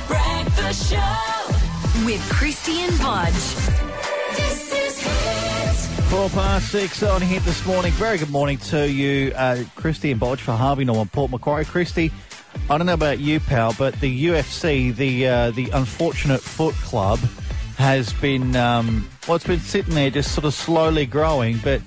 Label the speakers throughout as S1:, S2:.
S1: Summer Show with Christian Budge. This is Hit.
S2: Four past six on hit this morning. Very good morning to you, uh, Christy and Bodge for Harvey Norman Port Macquarie. Christy, I don't know about you, pal, but the UFC, the uh, the unfortunate Foot Club, has been um, well, it's been sitting there just sort of slowly growing. But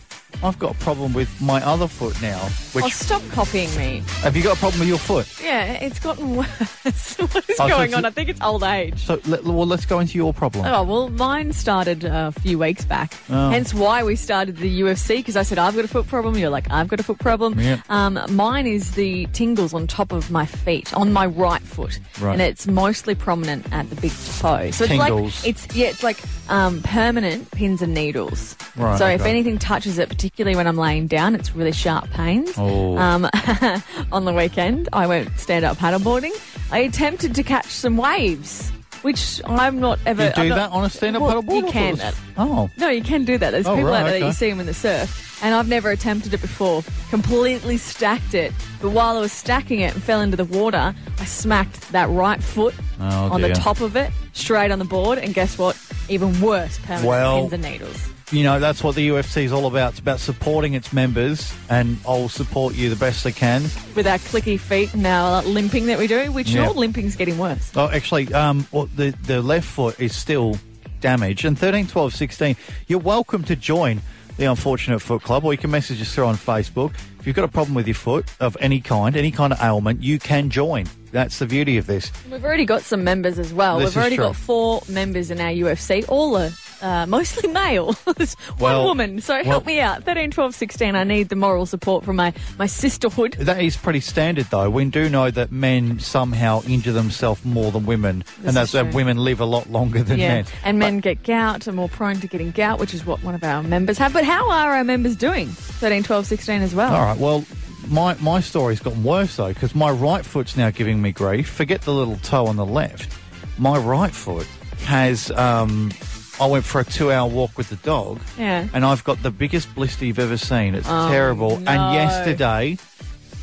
S2: I've got a problem with my other foot now. Which
S3: Oh, stop copying me.
S2: have you got a problem with your foot?
S3: Yeah, it's gotten worse. what is
S2: Oh, so
S3: going
S2: it's-
S3: on? I think it's old age.
S2: So let, well, let's go into your problem.
S3: Oh, well, mine started uh, a few weeks back.
S2: Oh.
S3: Hence why we started the UFC, because I said, I've got a foot problem. You're like, I've got a foot problem.
S2: Yeah.
S3: Um, mine is the tingles on top of my feet, on my right foot.
S2: Right.
S3: And it's mostly prominent at the big toe. So it's
S2: Tingles.
S3: like, it's, yeah, it's like um, permanent pins and needles.
S2: Right,
S3: so if
S2: okay.
S3: anything touches it, particularly when I'm laying down, it's really sharp pains.
S2: Oh.
S3: Um, on the weekend, I went stand up paddleboarding. I attempted to catch some waves, which I'm not ever.
S2: you
S3: I'm
S2: do
S3: not-
S2: that on a stand-up
S3: Well,
S2: paddleboard?
S3: You
S2: I thought
S3: can.
S2: it was- Oh,
S3: No, you can do that. There's
S2: Oh,
S3: people
S2: right,
S3: out there that
S2: okay.
S3: you see them in the surf, and I've never attempted it before. Completely stacked it, but while I was stacking it and fell into the water, I smacked that right foot on the
S2: Oh, dear.
S3: top of it, straight on the board, and guess what? Even worse, permanent
S2: Well-
S3: pins and needles.
S2: you know that's what the UFC is all about. It's about supporting its members, and I'll support you the best I can.
S3: With our clicky feet and our limping that we do, which
S2: Yeah.
S3: your limping's getting worse.
S2: Oh, actually, um, well, the the left foot is still damaged. And 13, 12, 16, you're welcome to join the Unfortunate Foot Club, or you can message us through on Facebook. If you've got a problem with your foot of any kind, any kind of ailment, you can join. That's the beauty of this.
S3: We've already got some members as well.
S2: This is
S3: We've already
S2: true.
S3: got four members in our UFC, all are uh, mostly male. There's
S2: Well-
S3: one woman. So
S2: well-
S3: help me out. 13, 12, 16. I need the moral support from my, my sisterhood.
S2: That is pretty standard, though. We do know that men somehow injure themselves more than women,
S3: is
S2: and that's that
S3: true.
S2: women live a lot longer than
S3: Yeah.
S2: men.
S3: And men get gout, are more prone to getting gout, which is what one of our members have. But how are our members doing? 13, 12, 16 as well.
S2: All right. Well, my my story's gotten worse though because my right foot's now giving me grief. Forget the little toe on the left. My right foot has. Um, I went for a two-hour walk with the dog,
S3: Yeah. Oh,
S2: and I've got the biggest blister you've ever seen. It's terrible.
S3: no.
S2: And yesterday,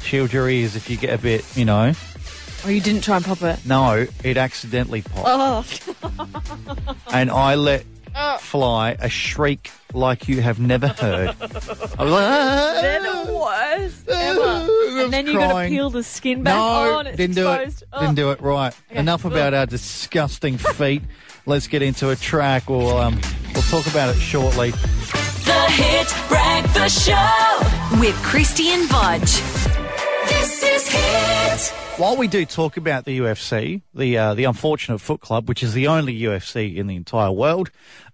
S2: shield your ears if you get a bit, you know.
S3: Or you didn't try and pop it.
S2: No, it accidentally popped,
S3: Oh,
S2: and I let fly a shriek like you have never heard. I was like, "Ah!"
S3: they're the worst
S2: I
S3: ever.
S2: was
S3: And then you got to
S2: crying.
S3: peel the skin back
S2: No,
S3: on. It's
S2: didn't
S3: exposed.
S2: do it.
S3: Oh.
S2: Didn't do it. Right. Enough about our disgusting feet. Let's get into a track. We'll um, we'll talk about it shortly.
S1: The Hit Breakfast Show with Christian Budge. This is Hit.
S2: While we do talk about the UFC, the uh, the unfortunate Foot Club, which is the only UFC in the entire world,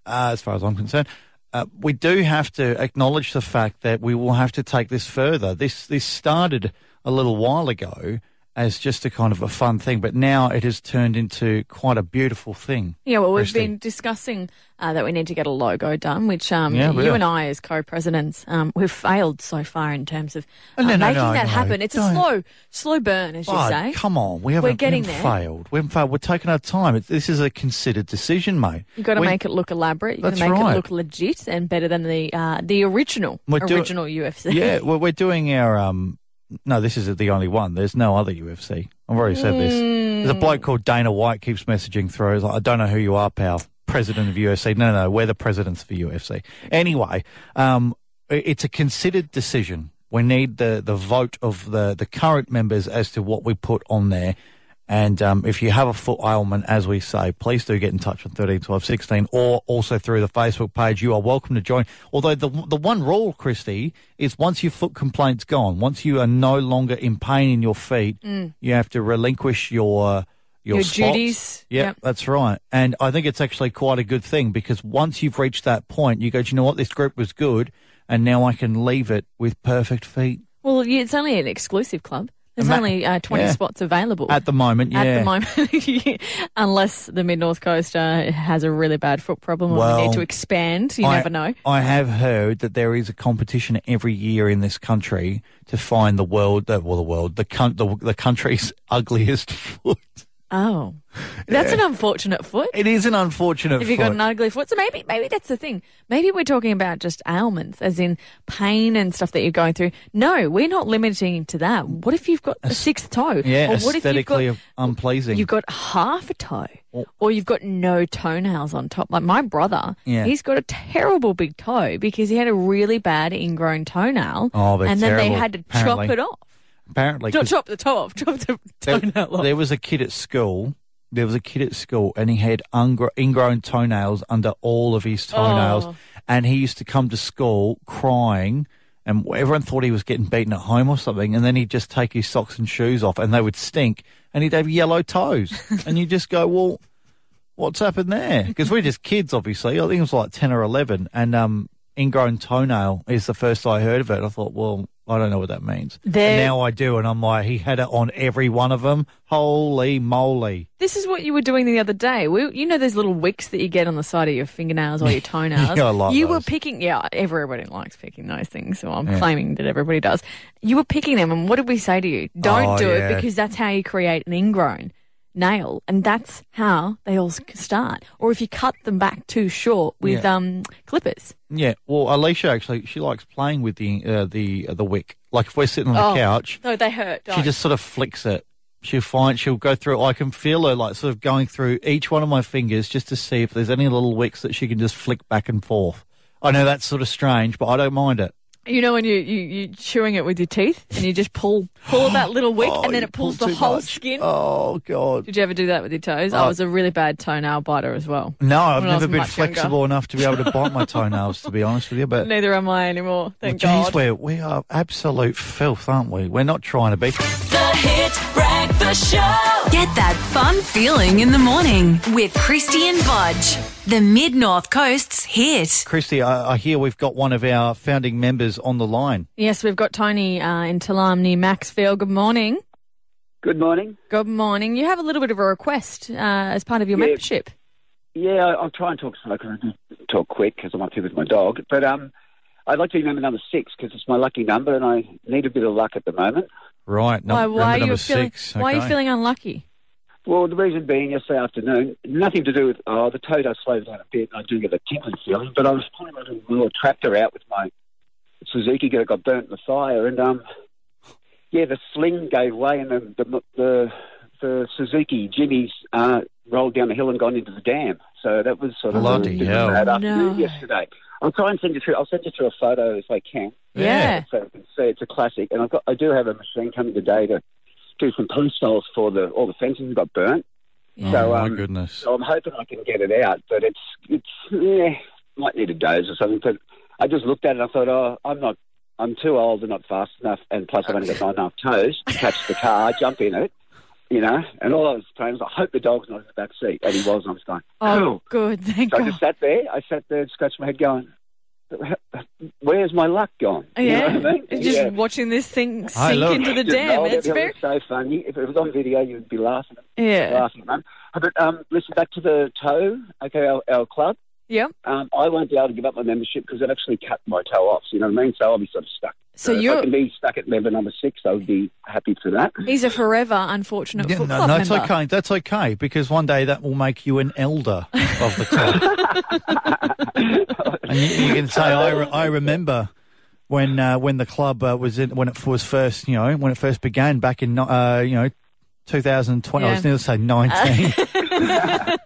S2: uh, as far as I'm concerned, uh, we do have to acknowledge the fact that we will have to take this further. This this started a little while ago as just a kind of a fun thing, but now it has turned into quite a beautiful thing.
S3: Yeah, well, we've
S2: Christy.
S3: been discussing uh, that we need to get a logo done, which um,
S2: Yeah, we
S3: you
S2: are.
S3: and I, as co-presidents, um, we've failed so far in terms of uh,
S2: Oh, no, no,
S3: making
S2: no,
S3: that
S2: no,
S3: happen. It's
S2: don't.
S3: a slow, slow burn, as you
S2: Oh,
S3: say.
S2: Come on, we haven't,
S3: eh? We're getting
S2: we haven't
S3: there.
S2: failed. We haven't failed. We're taking our time. It, this is a considered decision, mate.
S3: You've got to
S2: We-
S3: make it look elaborate. You've got
S2: That's
S3: to make
S2: right.
S3: it look legit and better than the uh, the original
S2: We're do-
S3: original UFC.
S2: Yeah, well, we're doing our. Um, no, this is the only one. There's no other UFC. I've already said this. There's a bloke called Dana White keeps messaging through. He's like, I don't know who you are, pal. President of UFC. No, no, no. We're the presidents for UFC. Anyway, um, i- it's a considered decision. We need the, the vote of the, the current members as to what we put on there. And um, if you have a foot ailment, as we say, please do get in touch on 13, 12, 16, or also through the Facebook page. You are welcome to join. Although the the one rule, Christy, is once your foot complaint's gone, once you are no longer in pain in your feet, you have to relinquish your
S3: Mm.
S2: your,
S3: Your
S2: spots.
S3: duties.
S2: Yep,
S3: Yep.
S2: that's right. And I think it's actually quite a good thing because once you've reached that point, you go, do you know what? This group was good, and now I can leave it with perfect feet.
S3: Well, yeah, it's only an exclusive club. There's
S2: Ama-
S3: only uh, 20
S2: yeah.
S3: spots available.
S2: At the moment, yeah.
S3: At the moment, unless the mid North Coast uh, has a really bad foot problem, or we
S2: Well,
S3: need to expand, you
S2: I,
S3: never know.
S2: I have heard that there is a competition every year in this country to find the world, uh, well, the world, the, coun- the, the country's ugliest foot.
S3: Oh, that's an unfortunate foot.
S2: It is an unfortunate
S3: If you've got
S2: foot.
S3: an ugly foot, so maybe maybe that's the thing. Maybe we're talking about just ailments, as in pain and stuff that you're going through. No, we're not limiting to that. What if you've got a sixth toe? or
S2: yeah,
S3: what if you've
S2: aesthetically
S3: got,
S2: unpleasing.
S3: you've got half a toe,
S2: Oh.
S3: or you've got no toenails on top. Like my brother,
S2: Yeah.
S3: he's got a terrible big toe because he had a really bad ingrown toenail,
S2: Oh, they're
S3: and then they
S2: terrible,
S3: had to
S2: apparently.
S3: chop it off.
S2: Apparently,
S3: Not
S2: 'cause
S3: chop the toe off, chop the
S2: there,
S3: toenail off.
S2: there was a kid at school. There was a kid at school, and he had ungro- ingrown toenails under all of his toenails,
S3: Oh.
S2: and he used to come to school crying. And everyone thought he was getting beaten at home or something, and then he'd just take his socks and shoes off, and they would stink, and he'd have yellow toes, and you just go, "Well, what's happened there? Because we're just kids, obviously. I think it was like 10 or 11. And um, ingrown toenail is the first I heard of it. I thought, well, I don't know what that means. And
S3: There-
S2: now I do. And I'm like, he had it on every one of them. Holy moly.
S3: This is what you were doing the other day. We, you know those little wicks that you get on the side of your fingernails or your toenails.
S2: Yeah, I like
S3: you were
S2: those.
S3: picking. Yeah, everybody likes picking those things. So I'm
S2: Yeah.
S3: claiming that everybody does. You were picking them, and what did we say to you? Don't
S2: Oh,
S3: do
S2: yeah.
S3: it because that's how you create an ingrown nail, and that's how they all s- start. Or if you cut them back too short with
S2: Yeah.
S3: um, clippers.
S2: Yeah. Well, Alicia actually, she likes playing with the uh, the uh, the wick. Like if we're sitting on
S3: Oh,
S2: the couch,
S3: No, they hurt.
S2: she
S3: don't.
S2: just sort of flicks it. She'll find, she'll go through, I can feel her like sort of going through each one of my fingers just to see if there's any little wicks that she can just flick back and forth. I know that's sort of strange, but I don't mind it.
S3: You know when you you you chewing it with your teeth, and you just pull pull that little wick,
S2: Oh,
S3: and then
S2: you
S3: it pulls
S2: pulled
S3: the
S2: too
S3: whole
S2: much.
S3: skin.
S2: Oh god.
S3: Did you ever do that with your toes? I was a really bad toenail biter as well.
S2: No, I've
S3: When I was
S2: never been
S3: much younger.
S2: flexible enough to be able to bite my toenails. To be honest with you, but
S3: Neither am I anymore. Thank
S2: geez,
S3: God.
S2: we're we are absolute filth, aren't we? We're not trying to be.
S1: The Hit Breakfast Show. Get that fun feeling in the morning with Christy and Budge. The Mid North Coast's hit.
S2: Christy, I, I hear we've got one of our founding members on the line.
S3: Yes, we've got Tony uh, in Talam near Maxfield. Good morning.
S4: Good morning.
S3: Good morning. You have a little bit of a request uh, as part of your
S4: Yeah.
S3: membership.
S4: Yeah, I- I'll try and talk slow 'cause I can talk quick because I'm up here with my dog. But um, I'd like to be member number six because it's my lucky number and I need a bit of luck at the moment.
S2: Right, num-
S3: why? Why
S2: member
S3: are you
S2: number
S3: feeling?
S2: six.
S3: Why are you
S2: okay.
S3: feeling unlucky?
S4: Well, the reason being, yesterday afternoon, nothing to do with, oh, the toe does slow down a bit and I do get a tingling feeling, but I was pulling my little little tractor out with my Suzuki because I got burnt in the fire and, um, yeah, the sling gave way and the, the, the, the Suzuki Jimmy's uh, rolled down the hill and gone into the dam. So that was sort of
S2: Bloody
S4: a, bit of
S2: hell.
S4: a bad afternoon
S3: No.
S4: yesterday. I'll try and send you through, I'll send you through a photo if I can
S3: Yeah.
S2: Yeah.
S4: so you can see it's a classic. And I've got, I do have a machine coming today to do some post holes for the all the fences that got burnt.
S2: Oh
S4: So,
S2: my
S4: um,
S2: goodness.
S4: So I'm hoping I can get it out, but it's it's yeah, might need a doze or something. But I just looked at it and I thought, oh, I'm not, I'm too old and not fast enough, and plus I've only got nine and a half toes to catch the car, jump in it. You know, and all I was praying was, I hope the dog's not in the back seat. And he was, and I was going,
S3: Oh,
S4: cool.
S3: good. Thank
S4: So I
S3: God.
S4: just sat there, I sat there and scratched my head going, where's my luck gone? You know
S3: yeah.
S4: what I mean?
S3: Just
S4: Yeah.
S3: watching this thing sink
S2: Hi, look.
S3: into the
S4: Just
S3: dam.
S4: rolled
S3: It's
S4: downhill.
S3: very.
S4: It's so funny. If it was on video, you'd be laughing,
S3: Yeah.
S4: laughing, man. But um, listen, back to the toe. Okay, our, our club.
S3: Yep.
S4: Um, I won't be able to give up my membership because it actually cut my toe off. So you know what I mean? So I'll be sort of stuck.
S3: So
S4: if
S3: you're-
S4: I can be stuck at member number six. I would be happy for that.
S3: He's a forever unfortunate
S2: Yeah,
S3: foot
S2: no,
S3: club
S2: that's
S3: member.
S2: okay. That's okay because one day that will make you an elder of the club, and you, you can say, "I, re- I remember when uh, when the club uh, was in, when it was first, you know, when it first began back in, uh, you know." 2020. I was
S3: Yeah.
S2: going to say 19.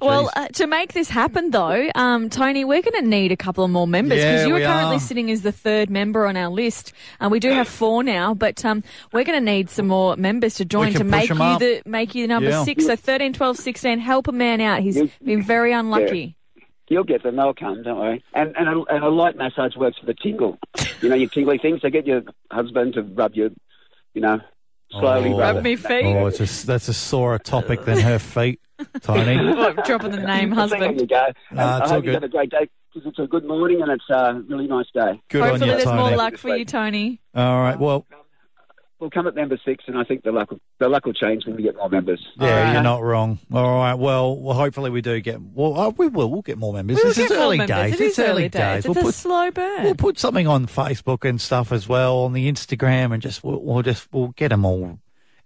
S3: Well, uh, to make this happen, though, um, Tony, we're going to need a couple of more members because
S2: Yeah,
S3: you are
S2: we
S3: currently
S2: are.
S3: sitting as the third member on our list, and we do have four now. But um, we're going to need some more members to join
S2: can
S3: to
S2: push
S3: make you
S2: 'em up.
S3: the make you number
S2: Yeah.
S3: six. So 13, 12, 16, help a man out. He's
S4: You-
S3: been very unlucky.
S4: You'll get them. They'll come. Don't worry. And and a, and a light massage works for the tingle. you know, your tingly things. So get your husband to rub your, you know, slowly
S2: Oh.
S4: rub
S2: Rub
S4: it.
S3: me feet.
S2: oh, it's a s that's a sorer topic than her feet, Tony.
S3: Well, dropping the name,
S4: There you
S3: husband.
S4: go. And
S2: Nah,
S4: I
S2: it's all
S4: hope you
S2: good.
S4: have a great day because it's a good morning and it's a really nice day.
S2: Good
S3: Hopefully,
S2: on you,
S3: there's
S2: Tony.
S3: more luck for you, Tony.
S2: All right. Well,
S4: We'll come at member six, and I think the luck will, the luck will change when we get more members.
S2: yeah,
S3: All right.
S2: you're not wrong. All right. Well, well, hopefully we do get. Well, uh, we will. We'll get more members.
S3: We'll
S2: this is
S3: get more
S2: early
S3: members. It
S2: days.
S3: is early days. It's
S2: We'll
S3: a
S2: put
S3: slow burn.
S2: We'll put something on Facebook and stuff as well on the Instagram, and just we'll, we'll just we'll get them all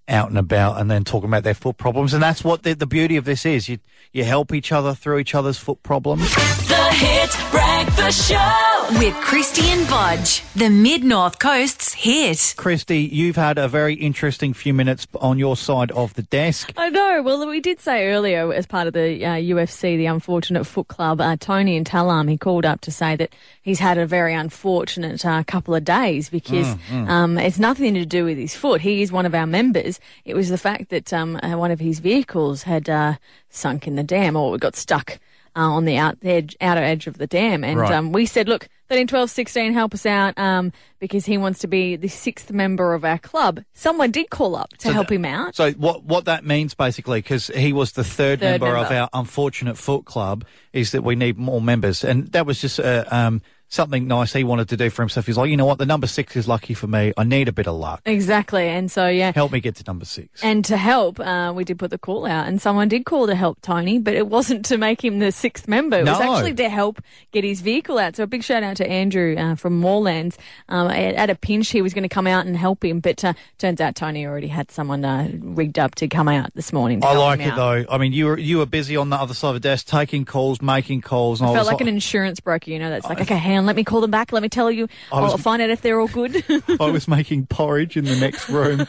S2: out and about and then talking about their foot problems. And that's what the, the beauty of this is. You, you help each other through each other's foot problems.
S1: The Hit Breakfast Show with Christian Budge, the Mid North Coast's hit.
S2: Christy, you've had a very interesting few minutes on your side of the desk.
S3: I know. Well, we did say earlier, as part of the uh, UFC, the unfortunate Foot Club, uh, Tony and Talam, he called up to say that he's had a very unfortunate uh, couple of days because
S2: Mm,
S3: Um, it's nothing to do with his foot. He is one of our members. It was the fact that um, uh, one of his vehicles had uh, sunk in the dam or got stuck. Uh, on the out edge, outer edge of the dam, and
S2: Right.
S3: um, we said, "Look, 13, 12, 16, help us out," um, because he wants to be the sixth member of our club. Someone did call up to help him out.
S2: So what what that means basically, because he was the third,
S3: Third
S2: member, of
S3: member.
S2: our unfortunate foot club, is that we need more members, and that was just uh, um, something nice he wanted to do for himself. He's like, you know what, the number six is lucky for me. I need a bit of luck.
S3: Exactly. And so, yeah.
S2: Help me get to number six.
S3: And to help, uh, we did put the call out, and someone did call to help Tony, but it wasn't to make him the sixth member. It was
S2: No.
S3: actually to help get his vehicle out. So a big shout out to Andrew uh, from Moorlands. Um, at, at a pinch, he was going to come out and help him, but uh, turns out Tony already had someone uh, rigged up to come out this morning. to
S2: I
S3: help
S2: like
S3: him
S2: it
S3: out.
S2: though. I mean, you were you were busy on the other side of the desk, taking calls, making calls, and I
S3: Felt
S2: was
S3: like an insurance broker, you know. That's like, okay, hang on, let me call them back. Let me tell you.
S2: I was-
S3: I'll find out if they're all good.
S2: I was making porridge in the next room,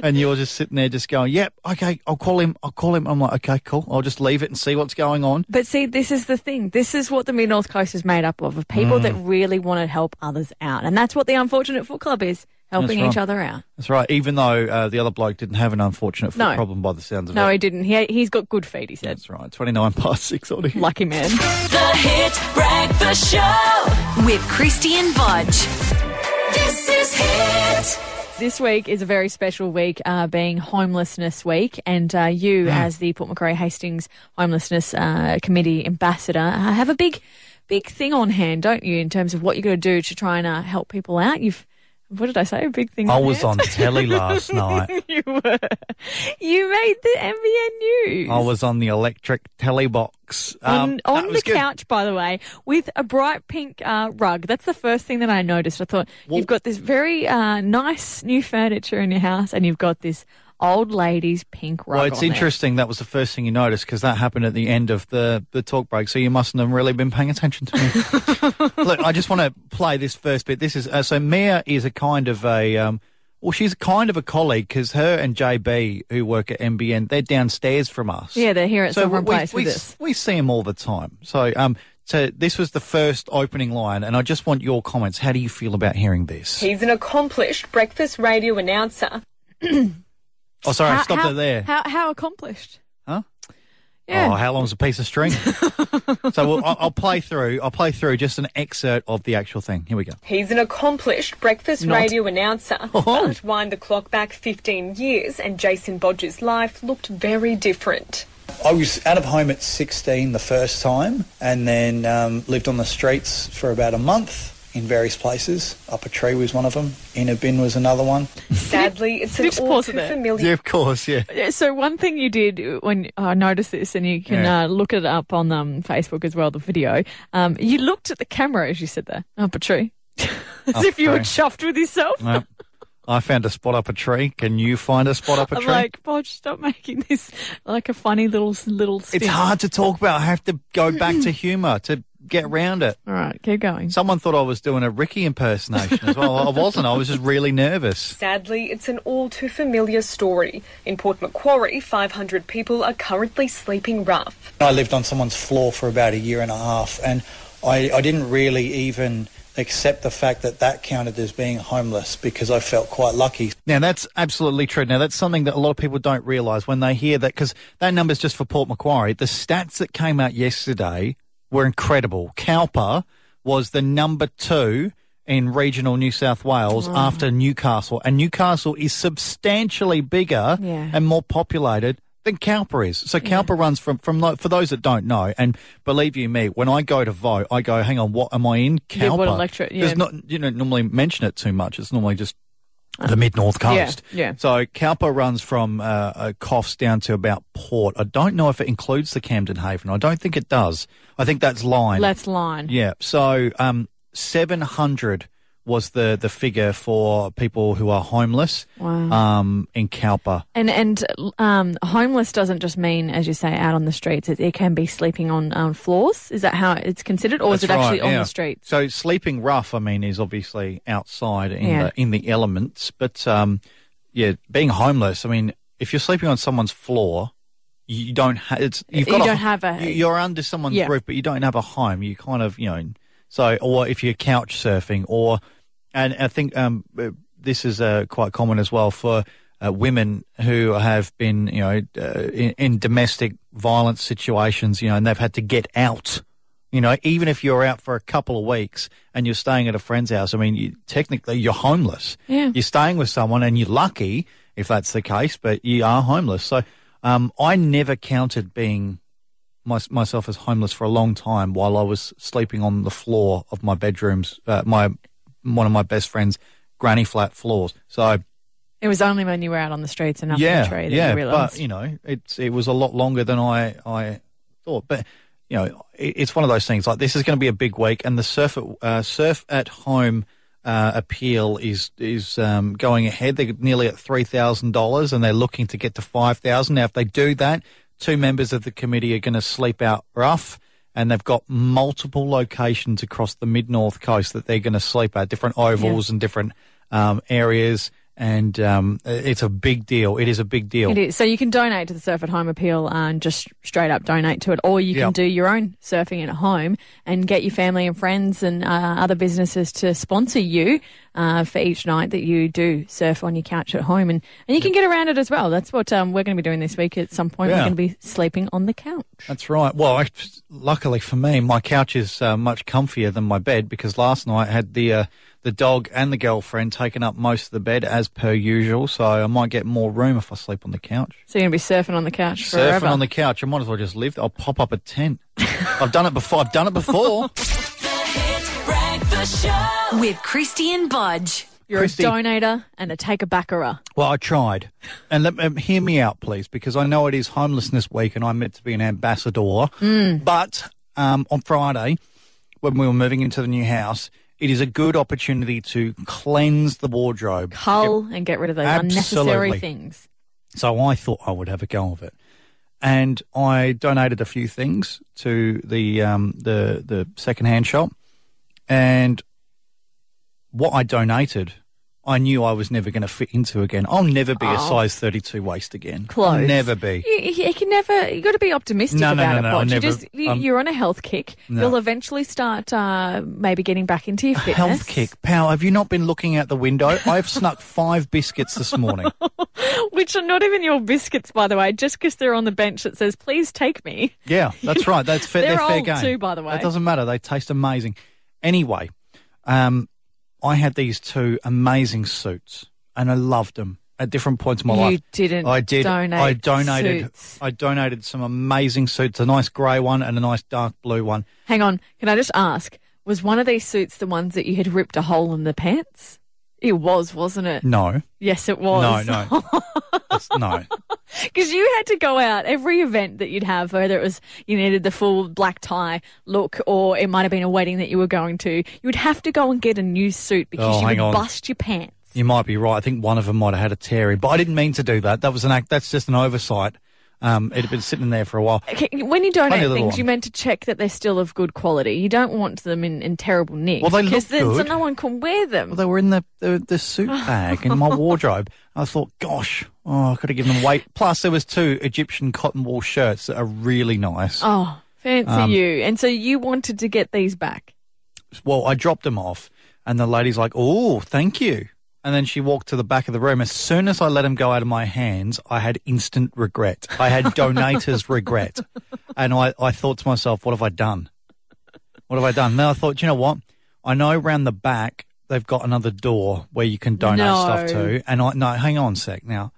S2: and you're just sitting there, just going, "Yep, okay, I'll call him. I'll call him." I'm like, "Okay, cool. I'll just leave it and see what's going on."
S3: But see, this is the thing. This is what the Mid North Coast is made up of, of people
S2: Mm.
S3: that really want to help others out. And that's what the Unfortunate Foot Club is, helping
S2: That's
S3: each
S2: right.
S3: other out.
S2: That's right. Even though uh, the other bloke didn't have an unfortunate foot
S3: No.
S2: problem, by the sounds of
S3: No,
S2: it.
S3: he didn't. He, he's got good feet, he said.
S2: That's right. Twenty nine past six on here.
S3: Lucky man.
S1: The Hit Breakfast Show with Christian Budge. This is Hit.
S3: this week is a very special week, uh, being Homelessness Week. And uh, you, as the Port Macquarie Hastings Homelessness uh, Committee ambassador, uh, have a big, big thing on hand, don't you, in terms of what you're going to do to try and uh, help people out? You've, what did I say? A big thing
S2: I
S3: on
S2: was
S3: hand?
S2: on telly last night.
S3: you were. You made the NBN news.
S2: I was on the electric telly box.
S3: on,
S2: no,
S3: on
S2: it
S3: the
S2: Um, was good.
S3: couch, by the way, with a bright pink uh, rug. That's the first thing that I noticed. I thought you've got this very uh, nice new furniture in your house, and you've got this old lady's pink rug.
S2: Well, it's
S3: on there.
S2: interesting. That was the first thing you noticed because that happened at the end of the, the talk break. So you mustn't have really been paying attention to me. Look, I just want to play this first bit. This is uh, so Mia is a kind of a um, well, she's kind of a colleague because her and JB, who work at MBN, they're downstairs from us.
S3: Yeah, they're here at
S2: so we,
S3: Sovereign Place
S2: we,
S3: with us.
S2: we see him all the time. So um, so this was the first opening line, and I just want your comments. How do you feel about hearing this?
S5: He's an accomplished breakfast radio announcer.
S2: Oh, sorry, I
S3: How-
S2: stopped
S3: how,
S2: it there.
S3: How, how accomplished?
S2: Huh?
S3: Yeah.
S2: Oh, how long's a piece of string? so we'll, I'll, I'll play through. I'll play through just an excerpt of the actual thing. Here we go.
S5: He's an accomplished breakfast
S2: Not-
S5: radio announcer.
S3: Oh.
S5: But wind the clock back 15 years, and Jason Bodger's life looked very different.
S6: I was out of home at 16 the first time and then um, lived on the streets for about a month in various places. Up a tree was one of them, in a bin was another one.
S5: Sadly, it's
S3: Can you
S5: an
S3: just
S5: all
S3: pause
S5: too
S3: it there?
S5: familiar
S2: Yeah, of course. Yeah.
S3: Yeah, So one thing you did when oh, I noticed this, and you can
S2: Yeah.
S3: uh, look it up on um, Facebook as well, the video. Um, you looked at the camera as you said that. Oh, but true. as
S2: Oh,
S3: if you were chuffed with yourself.
S2: No. I found a spot up a tree. Can you find a spot up a
S3: I'm
S2: tree?
S3: like, Bodge, stop making this like a funny little little. Stint.
S2: it's hard to talk about. I have to go back to humour to get round it.
S3: All right, keep going.
S2: Someone thought I was doing a Ricky impersonation as well. I wasn't. I was just really nervous.
S5: Sadly, it's an all too familiar story. In Port Macquarie, 500 people are currently sleeping rough.
S6: I lived on someone's floor for about a year and a half and I, I didn't really even accept the fact that that counted as being homeless because I felt quite lucky.
S2: Now that's absolutely true. Now that's something that a lot of people don't realise when they hear that because that number's just for Port Macquarie. The stats that came out yesterday were incredible. Cowper was the number two in regional New South Wales after Newcastle, and Newcastle is substantially bigger
S3: Yeah.
S2: and more populated than Cowper is. So Cowper runs from from like, for those that don't know, and believe you me, when I go to vote, I go, hang on, what am I in? Cowper.
S3: Yeah, what electorate, yeah.
S2: There's not you know normally mention it too much. It's normally just the mid north
S3: Uh-huh. Yeah,
S2: coast.
S3: yeah.
S2: So Cowper runs from uh, uh, Coffs down to about Port. I don't know if it includes the Camden Haven. I don't think it does. I think that's line.
S3: Let's line.
S2: yeah. So um, seven hundred was the, the figure for people who are homeless
S3: Wow.
S2: um, in Cowper.
S3: And and um, homeless doesn't just mean, as you say, out on the streets. It, it can be sleeping on um, floors. Is that how it's considered, or is it
S2: That's
S3: actually
S2: right,
S3: on
S2: yeah.
S3: the streets?
S2: So sleeping rough, I mean, is obviously outside in
S3: Yeah.
S2: the in the elements. But um, yeah, being homeless, I mean, if you're sleeping on someone's floor, you don't ha- it's you've
S3: You
S2: got
S3: don't have a-
S2: you- you're under someone's
S3: Yeah.
S2: roof, but you don't have a home. You kind of you know so or if you're couch surfing or and I think um uh, this is uh, quite common as well for. Uh, women who have been, you know, uh, in, in domestic violence situations, you know, and they've had to get out you know, even if you're out for a couple of weeks and you're staying at a friend's house, I mean, you, technically you're homeless.
S3: Yeah.
S2: You're staying with someone and you're lucky if that's the case, but you are homeless. So um, I never counted being my, myself as homeless for a long time while I was sleeping on the floor of my bedroom's, uh, my one of my best friend's granny flat floors. So
S3: It was only when you were out on the streets and up
S2: yeah,
S3: in the tree that
S2: yeah,
S3: you realised.
S2: But you know, it's it was a lot longer than I I thought. But you know, it, it's one of those things. Like this is going to be a big week, and the surf at, uh, surf at home. Uh, appeal is is um, going ahead. They're nearly at three thousand dollars, and they're looking to get to five thousand. Now, if they do that, two members of the committee are going to sleep out rough, and they've got multiple locations across the mid north coast that they're going to sleep at, different ovals and different um, areas. And um, it's a big deal. It is a big deal.
S3: It is. So you can donate to the Surf at Home appeal and just straight up donate to it, or you can
S2: Yep.
S3: do your own surfing at home and get your family and friends and uh, other businesses to sponsor you uh, for each night that you do surf on your couch at home, and, and you can get around it as well. That's what um, we're going to be doing this week. At some point, we're
S2: Yeah.
S3: going to be sleeping on the couch.
S2: That's right. Well, I, luckily for me, my couch is uh, much comfier than my bed because last night I had the uh, the dog and the girlfriend taking up most of the bed as per usual. So I might get more room if I sleep on the couch.
S3: So you're going to be surfing on the couch forever.
S2: Surfing on the couch, I might as well just live. I'll pop up a tent. I've done it before. I've done it before.
S1: The Hit Breakfast Show with Christian Budge.
S3: you're
S2: Christy.
S3: a donator and a take a backerer.
S2: Well, I tried. And let, um, hear me out, please, because I know it is Homelessness Week and I'm meant to be an ambassador. But um, on Friday, when we were moving into the new house, it is a good opportunity to cleanse the wardrobe.
S3: Cull and get rid of those
S2: Absolutely.
S3: unnecessary things.
S2: So I thought I would have a go of it. And I donated a few things to the um, the the secondhand shop, and what I donated, I knew I was never going to fit into again. I'll never be a size thirty-two waist again.
S3: Clothes.
S2: I'll never be.
S3: You, you you can never. You got to be optimistic
S2: No, no,
S3: about
S2: no,
S3: it.
S2: no,
S3: Bodge.
S2: I
S3: you
S2: never-
S3: just you,
S2: I'm-
S3: you're on a health kick. You'll eventually start uh, maybe getting back into your fitness.
S2: Health kick, pal. Have you not been looking out the window? I've snuck five biscuits this morning.
S3: which are not even your biscuits, by the way. Just because they're on the bench, it says, "Please take me."
S2: Yeah, that's right. That's fair.
S3: They're
S2: they're fair
S3: old
S2: game.
S3: too, by the way.
S2: That doesn't matter. They taste amazing. Anyway, um, I had these two amazing suits, and I loved them at different points in my
S3: You
S2: life.
S3: didn't
S2: I did.
S3: donate
S2: I donated.
S3: suits.
S2: I donated some amazing suits. A nice grey one and a nice dark blue one.
S3: Hang on. Can I just ask? Was one of these suits the ones that you had ripped a hole in the pants? It was, wasn't it?
S2: No,
S3: Yes, it was.
S2: no, no, That's- no.
S3: Because you had to go out every event that you'd have, whether it was you needed the full black tie look or it might have been a wedding that you were going to, you would have to go and get a new suit because
S2: Oh,
S3: you
S2: hang
S3: would
S2: on.
S3: bust your pants.
S2: You might be right. I think one of them might have had a tear in, but I didn't mean to do that. That was an act. That's just an oversight. Um, it had been sitting there for a while.
S3: Okay, when you donate
S2: Funny
S3: things,
S2: little one.
S3: you meant to check that they're still of good quality. You don't want them in, in terrible nick.
S2: Well, they
S3: because then
S2: look
S3: so
S2: good.
S3: no one can wear them.
S2: Well, they were in the, the, the suit bag in my wardrobe. I thought, gosh, oh, I could have given them weight. Plus, there was two Egyptian cotton wool shirts that are really nice.
S3: oh, fancy
S2: Um,
S3: you! And so you wanted to get these back.
S2: Well, I dropped them off, and the lady's like, oh, thank you. And then she walked to the back of the room. As soon as I let them go out of my hands, I had instant regret. I had donator's regret. And I, I thought to myself, what have I done? What have I done? Then I thought, you know what? I know round the back they've got another door where you can donate
S3: No.
S2: stuff to. And I no, hang on a sec now.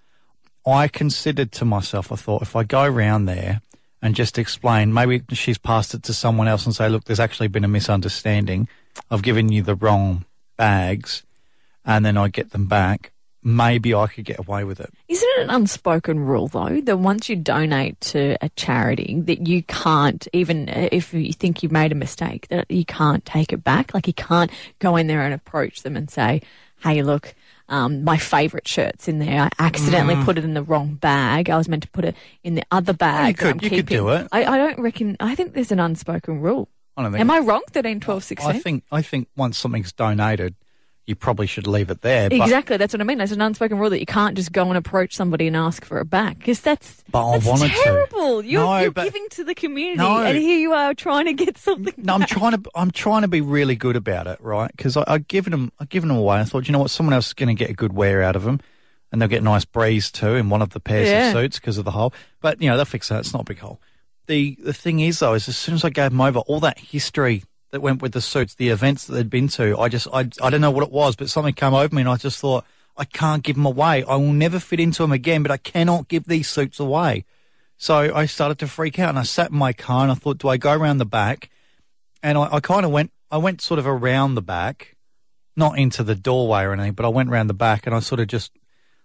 S2: I considered to myself, I thought, if I go round there and just explain, maybe she's passed it to someone else and say, look, there's actually been a misunderstanding. I've given you the wrong bags and then I get them back. maybe I could get away with it.
S3: Isn't it an unspoken rule, though, that once you donate to a charity, that you can't, even uh, if you think you've made a mistake, that you can't take it back? Like, you can't go in there and approach them and say, hey, look, um, my favourite shirt's in there. I accidentally put it in the wrong bag. I was meant to put it in the other bag. that
S2: could-
S3: I'm
S2: Mm. you could
S3: keeping."
S2: do it.
S3: I, I don't reckon, I think there's an unspoken rule.
S2: I don't think
S3: Am
S2: it's-
S3: I wrong, 13, 12, 16?
S2: I think I think once something's donated, you probably should leave it there. But,
S3: Exactly, that's what I mean. There's an unspoken rule that you can't just go and approach somebody and ask for it back because that's,
S2: But I
S3: that's
S2: wanted to.
S3: terrible. You're,
S2: No,
S3: you're
S2: but-
S3: giving to the community,
S2: No.
S3: and here you are trying to get something.
S2: No, I'm trying to I'm trying to be really good about it, right? Because I, I given them I given them away. I thought, you know what, someone else is going to get a good wear out of them, and they'll get a nice breeze too in one of the pairs
S3: Yeah.
S2: of suits because of the hole. But you know they'll fix that. It's not a big hole. The the thing is though, is as soon as I gave them over, all that history that went with the suits, the events that they'd been to, I just I I don't know what it was, but something came over me, and I just thought. I can't give them away. I will never fit into them again, but I cannot give these suits away. So I started to freak out and I sat in my car and I thought, do I go around the back? and I, I kind of went, I went sort of around the back, not into the doorway or anything, but I went around the back and I sort of just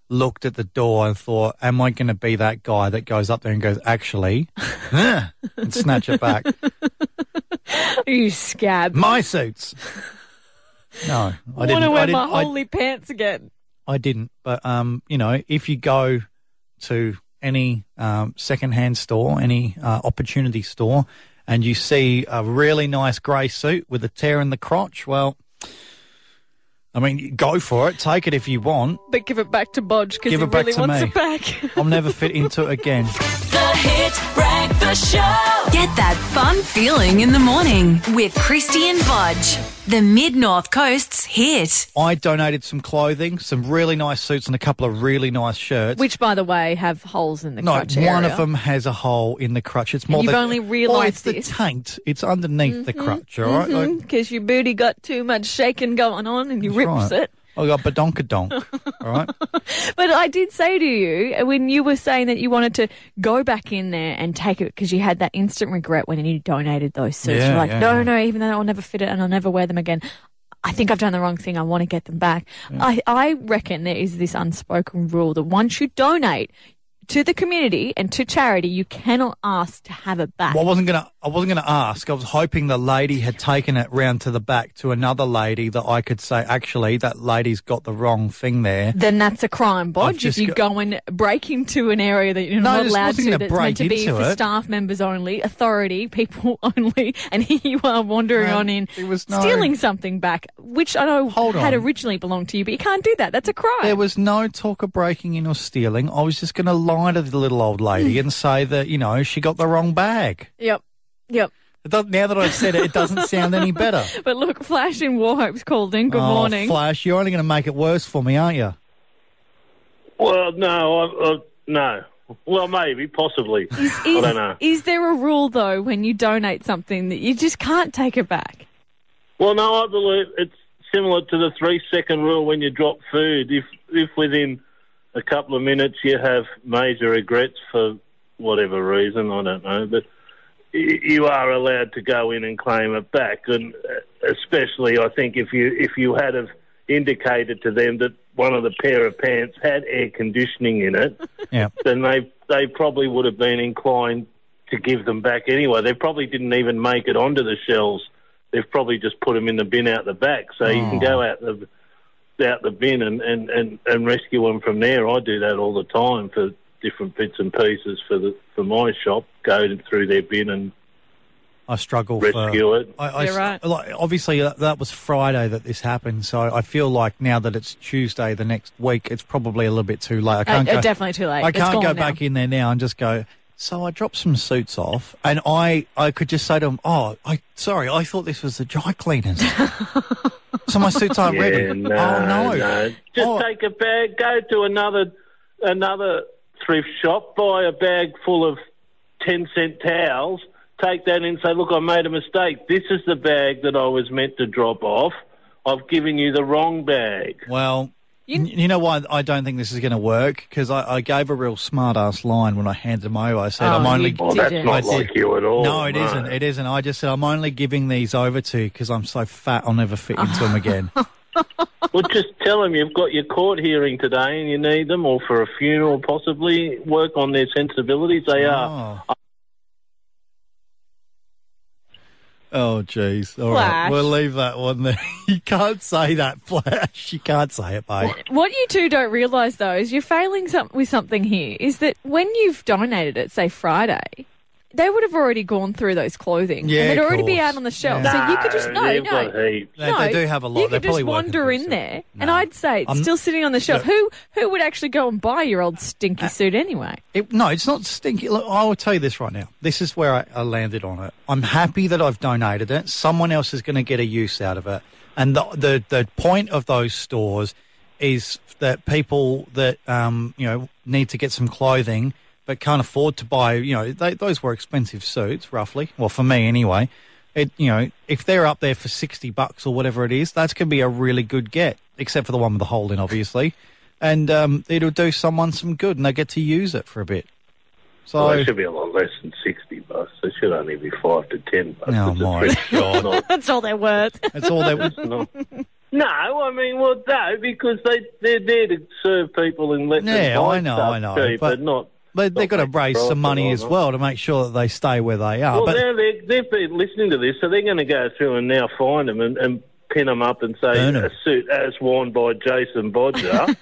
S2: looked at the door and thought, am I going to be that guy that goes up there and goes, actually, huh," and snatch it back?
S3: you scab.
S2: my suits. No, I
S3: want
S2: didn't.
S3: to
S2: I
S3: wear
S2: didn't,
S3: my
S2: I-
S3: holy pants again.
S2: I didn't, but um, you know, if you go to any um, secondhand store, any uh, opportunity store, and you see a really nice grey suit with a tear in the crotch, well, I mean, go for it, take it if you want.
S3: But give it back to Bodge because he
S2: Give it back
S3: really
S2: to
S3: wants
S2: me.
S3: it back.
S2: I'll never fit into it again.
S1: The Hit Breakfast Show. Get that fun feeling in the morning with Christian Budge. The Mid North Coast's hit.
S2: I donated some clothing, some really nice suits, and a couple of really nice shirts.
S3: Which, by the way, have holes in the
S2: no,
S3: crotch
S2: one
S3: area.
S2: of them has a hole in the crutch. It's more
S3: you've
S2: than,
S3: only
S2: well, it's
S3: realised
S2: the
S3: this. Mm-hmm.
S2: taint. It's underneath the crutch. All right? Like,
S3: Because your booty got too much shaking going on and you ripped
S2: right.
S3: it.
S2: I got badonkadonk. all right.
S3: But I did say to you uh, when you were saying that you wanted to go back in there and take it because you had that instant regret when you donated those suits.
S2: Yeah,
S3: You're like,
S2: yeah,
S3: no,
S2: yeah.
S3: no, even though I'll never fit it and I'll never wear them again. I think I've done the wrong thing. I want to get them back. I, I reckon there is this unspoken rule that once you donate to the community and to charity, you cannot ask to have it back.
S2: Well, I wasn't gonna. I wasn't gonna ask. I was hoping the lady had taken it round to the back to another lady that I could say, actually, that lady's got the wrong thing there.
S3: then that's a crime, Bodge. If
S2: just
S3: you
S2: got-
S3: go and break into an area that you're
S2: No,
S3: not
S2: this
S3: allowed
S2: wasn't
S3: to,
S2: gonna
S3: that's meant
S2: break
S3: to be
S2: into
S3: for
S2: it.
S3: staff members only, authority people only, and here you are wandering
S2: Um,
S3: on in,
S2: there was no-
S3: stealing something back, which I know
S2: Hold
S3: had
S2: on.
S3: originally belonged to you, but you can't do that. That's a crime.
S2: There was no talk of breaking in or stealing. I was just gonna lie to the little old lady
S3: Mm.
S2: and say that you know she got the wrong bag.
S3: yep. Yep.
S2: It doesn't, now that I've said it, it doesn't sound any better.
S3: But look, Flash in Warhope's called in. Good
S2: Oh,
S3: morning.
S2: Flash. You're only gonna make it worse for me, aren't you?
S7: Well, no, I, I, no. Well, maybe, possibly. I
S3: Is-
S7: don't know.
S3: Is there a rule, though, when you donate something that you just can't take it back?
S7: Well, no, I believe it's similar to the three-second rule when you drop food. If if within a couple of minutes you have major regrets for whatever reason, I don't know, but y- you are allowed to go in and claim it back. And uh, especially, I think if you if you had have indicated to them that one of the pair of pants had air conditioning in it.
S2: Yeah.
S7: then they they probably would have been inclined to give them back anyway. They probably didn't even make it onto the shelves. They've probably just put them in the bin out the back, so you can go out the out the bin and, and, and, and rescue them from there. I do that all the time for different bits and pieces for the for my shop. Go through their bin and
S2: I struggle
S7: rescue
S2: for.
S7: it.
S2: I, I
S3: You're right.
S2: like, obviously, that, that was Friday that this happened, so I feel like now that it's Tuesday the next week, it's probably a little bit too late. I
S3: Uh,
S2: can't
S3: uh,
S2: go,
S3: definitely too late.
S2: I
S3: It's
S2: can't
S3: gone
S2: go
S3: now.
S2: back in there now and just go. So I dropped some suits off, and I I could just say to them, "Oh, I sorry, I thought this was the dry cleaners." so my suits aren't
S7: Yeah,
S2: ready.
S7: no,
S2: oh no!
S7: no. Just
S2: Oh,
S7: take a bag, go to another another thrift shop, buy a bag full of ten cent towels, take that in and say, Look, I made a mistake. This is the bag that I was meant to drop off. I've given you the wrong bag.
S2: Well,
S3: You-
S2: you, you know why I don't think this is going to work because I, I gave a real smart ass line when I handed them over. I said,
S3: Oh,
S2: "I'm only
S3: you
S7: Well, that's
S3: Did it?
S7: not
S2: I
S7: like Oh,
S2: did.
S7: you at all.
S2: no, it not It isn't. I just said I'm only giving these over to because I'm so fat I'll never fit into them again.
S7: well, just tell them you've got your court hearing today and you need them, or for a funeral possibly. Work on their sensibilities. They are.
S2: Oh, jeez. All
S3: Flash.
S2: We'll leave that one there. You can't say that, Flash. You can't say it, mate.
S3: What you two don't realise though is you're failing some- with something here is that when you've donated it, say Friday, they would have already gone through those clothing
S2: Yeah,
S3: and they'd
S2: of
S3: already be
S2: course.
S3: out on the shelf.
S2: Yeah.
S3: So you could just no,
S7: they've
S3: no.
S7: got heaps.
S2: They, they do have a lot.
S3: You
S2: They're
S3: could just
S2: probably working
S3: wander
S2: through
S3: in
S2: some-
S3: there,
S2: No.
S3: and I'd say it's
S2: I'm-
S3: still sitting on the shelf.
S2: Look-
S3: Who who would actually go and buy your old stinky
S2: Uh,
S3: suit anyway?
S2: It, no, it's not stinky. Look, I will tell you this right now. This is where I, I landed on it. I'm happy that I've donated it. Someone else is going to get a use out of it. And the, the, the point of those stores is that people that, um, you know, need to get some clothing but can't afford to buy, you know, they, those were expensive suits, roughly. Well, for me anyway. It, you know, if they're up there for 60 bucks or whatever it is, that's going to be a really good get, except for the one with the hole in, obviously and um, it'll do someone some good, and they get to use it for a bit. So,
S7: Well, they should be a lot less than sixty bucks. They should only be five to ten bucks.
S2: Oh,
S7: It's a
S2: my
S7: thrift shop, not-
S3: That's all they're worth.
S2: that's all they.
S7: No, no, I mean, well, no, because they they're there to serve people and let
S2: Yeah,
S7: them buy
S2: I know,
S7: stuff
S2: I know,
S7: cheap,
S2: but-
S7: but, not.
S2: They, they've got to raise some money as well to make sure that they stay where they are.
S7: Well,
S2: Ah, but
S7: now they're, they've been listening to this, so they're going to go through and now find them and, and pin them up and say
S2: Burn 'em.
S7: a suit as worn by Jason Bodger,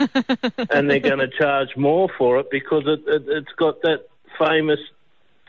S7: and they're going to charge more for it because it, it, it's got that famous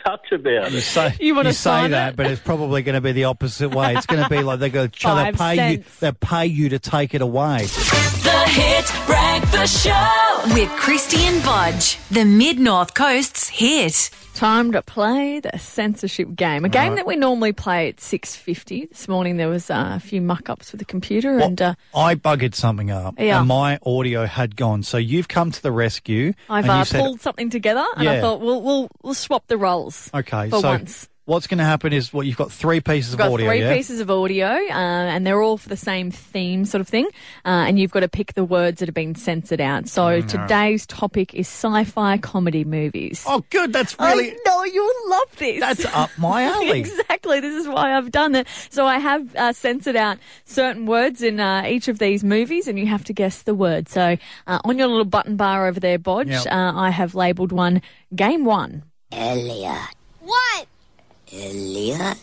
S7: touch about
S2: you
S7: it.
S2: say,
S3: You wanna
S2: say
S3: sign
S2: that,
S3: it?
S2: but it's probably going to be the opposite way. It's going to be like they're going to
S3: Five
S2: pay you.
S3: cents.
S2: They pay you to take it away.
S1: The Hit Breakfast Show with Christian Budge, the Mid North Coast's hit.
S3: Time to play the censorship game. A game that we normally play at six fifty. This morning there was uh, a few muck ups with the computer, and uh,
S2: Well, I buggered something up,
S3: Yeah.
S2: and my audio had gone. So you've come to the rescue.
S3: I've
S2: and you
S3: uh,
S2: said,
S3: pulled something together, and I
S2: Yeah.
S3: thought we'll we'll we'll swap the roles.
S2: Okay,
S3: for
S2: so
S3: once.
S2: what's going to happen is what you've got three pieces
S3: We've
S2: of
S3: got
S2: audio.
S3: three
S2: yeah?
S3: pieces of audio, uh, and they're all for the same theme, sort of thing. Uh, and you've got to pick the words that have been censored out.
S2: Mm,
S3: So today's topic is sci-fi comedy movies.
S2: Oh, good. That's really.
S3: I know you'll love this.
S2: That's up my alley.
S3: exactly. This is why I've done it. So I have uh, censored out certain words in uh, each of these movies, and you have to guess the word. So uh, on your little button bar over there, Bodge,
S2: Yep.
S3: uh, I have labelled one Game One.
S8: What? Elliot.